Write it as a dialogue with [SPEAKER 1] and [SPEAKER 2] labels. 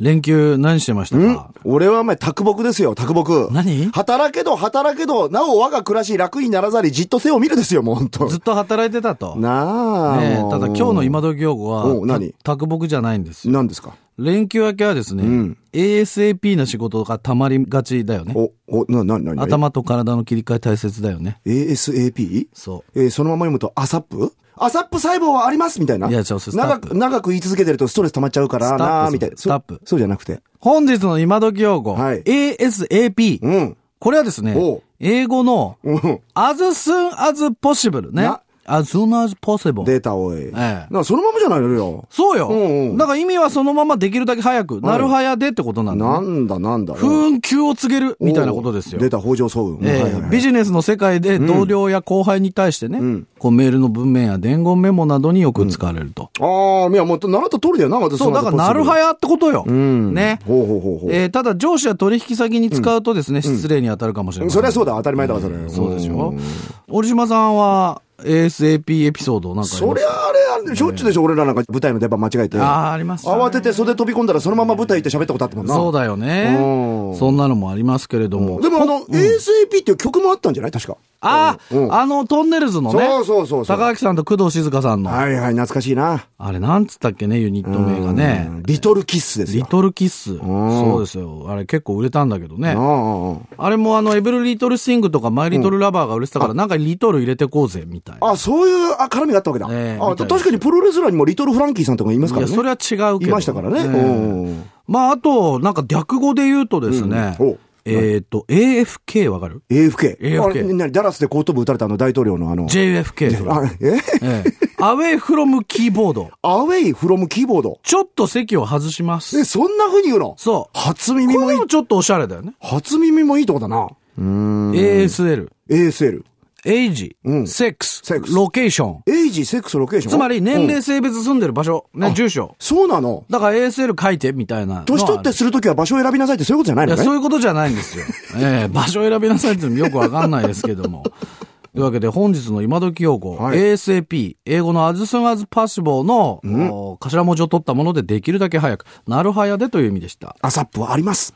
[SPEAKER 1] 連休何してましたか
[SPEAKER 2] 俺はお前、卓木ですよ、卓木。
[SPEAKER 1] 何
[SPEAKER 2] 働けど働けど、なお我が暮らし楽にならざり、じっと背を見るですよ、もう本当
[SPEAKER 1] ずっと働いてたと。ね
[SPEAKER 2] なあ、
[SPEAKER 1] え
[SPEAKER 2] もう
[SPEAKER 1] ただ今日の今時用語は、
[SPEAKER 2] お何
[SPEAKER 1] た卓木じゃないんですよ。
[SPEAKER 2] 何ですか
[SPEAKER 1] 連休明けはですね、ASAP な仕事が溜まりがちだよね。
[SPEAKER 2] お、お、な、な、な、な、
[SPEAKER 1] 頭と体の切り替え大切だよね。
[SPEAKER 2] ASAP?
[SPEAKER 1] そ
[SPEAKER 2] えーそのまま読むと、アサップアサップ細胞はありますみたいな。
[SPEAKER 1] いや違うそれスタ
[SPEAKER 2] 長
[SPEAKER 1] ップ
[SPEAKER 2] く、長く言い続けてるとストレス溜まっちゃうから
[SPEAKER 1] スタップそ
[SPEAKER 2] なー
[SPEAKER 1] れ
[SPEAKER 2] みたいな。
[SPEAKER 1] スタップ
[SPEAKER 2] そそうじゃなくて。
[SPEAKER 1] 本日の今時用語、
[SPEAKER 2] はい
[SPEAKER 1] ASAP、
[SPEAKER 2] うん。
[SPEAKER 1] これはです
[SPEAKER 2] おう
[SPEAKER 1] ね、英語の、
[SPEAKER 2] うん。
[SPEAKER 1] as soon as possible ね
[SPEAKER 2] な。
[SPEAKER 1] as soon as possible。
[SPEAKER 2] データ多い。
[SPEAKER 1] ええ
[SPEAKER 2] なそのままじゃないのよ。
[SPEAKER 1] そうよ、
[SPEAKER 2] うんうん
[SPEAKER 1] だから意味はそのままできるだけ早く、なるはやでってことなんだ、ね。
[SPEAKER 2] なんだなんだ。
[SPEAKER 1] 不運急を告げるみたいなことですよ。
[SPEAKER 2] 出た北条早雲。
[SPEAKER 1] ええ
[SPEAKER 2] はいはいはい
[SPEAKER 1] ビジネスの世界で同僚や後輩に対してね、こうメールの文面や伝言メモなどによく使われると。
[SPEAKER 2] ああ、いや、もう習った通りだよな、私
[SPEAKER 1] そう、だからなるは
[SPEAKER 2] や。
[SPEAKER 1] やってことよ。
[SPEAKER 2] うん。
[SPEAKER 1] ね。
[SPEAKER 2] ほうほうほうほう。
[SPEAKER 1] えーただ上司や取引先に使うとですね、失礼に当たるかもしれません。
[SPEAKER 2] そりゃそうだ、当たり前だわ、それ。
[SPEAKER 1] そうでしょ折島さんは ASAP エピソードなんかあり
[SPEAKER 2] そ
[SPEAKER 1] ま
[SPEAKER 2] り
[SPEAKER 1] す
[SPEAKER 2] ゃあれ、あれしょっちゅうでしょ、俺らなんか舞台の出番間違えて。
[SPEAKER 1] あーありましたね
[SPEAKER 2] 慌てて袖飛び込んだらそのまま舞台行って喋ったことあったもんな。
[SPEAKER 1] そうだよ
[SPEAKER 2] う
[SPEAKER 1] ね
[SPEAKER 2] ん。
[SPEAKER 1] そんなのもありますけれども。
[SPEAKER 2] でもあの、ASAP っていう曲もあったんじゃない確か。
[SPEAKER 1] ああ、
[SPEAKER 2] うん
[SPEAKER 1] あの、トンネルズのね。
[SPEAKER 2] そうそうそうそう
[SPEAKER 1] 高木さんと工藤静香さんの。
[SPEAKER 2] はいはい、懐かしいな。
[SPEAKER 1] あれ、なんつったっけね、ユニット名がね
[SPEAKER 2] う。んリトルキッスです
[SPEAKER 1] リ
[SPEAKER 2] よ。
[SPEAKER 1] トルキッス。そうですよ。あれ結構売れたんだけどね
[SPEAKER 2] あ。あ
[SPEAKER 1] あれもあの、エブル・リトル・シングとかマイ・リトル・ラバーが売れてたから、なんかリトル入れてこうぜ、みたい
[SPEAKER 2] ああ
[SPEAKER 1] な。
[SPEAKER 2] あ、そういうあ絡みがあったわけだ。
[SPEAKER 1] ええ
[SPEAKER 2] あ
[SPEAKER 1] みたいです
[SPEAKER 2] 確かにプロレスラーにもリトル・フランキーさんとかいます
[SPEAKER 1] い
[SPEAKER 2] から
[SPEAKER 1] や、
[SPEAKER 2] ね。
[SPEAKER 1] それは違うけど。
[SPEAKER 2] いましたからね
[SPEAKER 1] ええ
[SPEAKER 2] うんうん
[SPEAKER 1] まあ、あと、なんか略語で言うとですね
[SPEAKER 2] うんお。
[SPEAKER 1] えっと、AFK わかる
[SPEAKER 2] AFK。
[SPEAKER 1] AFK
[SPEAKER 2] あれなにダラスで後頭部撃たれたあの大統領のあの。
[SPEAKER 1] ?JFK とか。
[SPEAKER 2] あえ
[SPEAKER 1] ええ。アウェイ・フロム・キーボード。
[SPEAKER 2] アウェイ・フロム・キーボード。
[SPEAKER 1] ちょっと席を外しま
[SPEAKER 2] え、
[SPEAKER 1] す。
[SPEAKER 2] そんな風に言うの
[SPEAKER 1] そう。
[SPEAKER 2] 初耳
[SPEAKER 1] こ
[SPEAKER 2] もい
[SPEAKER 1] れ
[SPEAKER 2] い
[SPEAKER 1] も。ちょっとおしゃれだよね。
[SPEAKER 2] 初耳もいいとこだな。
[SPEAKER 1] ASL、
[SPEAKER 2] ASL。
[SPEAKER 1] エイジ、セックス
[SPEAKER 2] セック、ス
[SPEAKER 1] ロケーション。
[SPEAKER 2] エイジ、セックス、ロケーション。
[SPEAKER 1] つまり年
[SPEAKER 2] うん
[SPEAKER 1] 齢、性別、住んでる場所、ね、住所。
[SPEAKER 2] そうなの。
[SPEAKER 1] だから ASL 書いてみたいなのはある。
[SPEAKER 2] 年取ってするときは場所を選びなさいってそういうことじゃない
[SPEAKER 1] い
[SPEAKER 2] の
[SPEAKER 1] や、そ
[SPEAKER 2] ね。
[SPEAKER 1] ういうことじゃないんです よ。ええ場所選びなさいっていうのもよくわかんないですけども。というわけで、本日の今時用語、
[SPEAKER 2] はい
[SPEAKER 1] ASAP、英語の As soon as possible の、お頭文字を取ったもので、できるだけ早く、なるはやでという意味でした。
[SPEAKER 2] アサップはあります。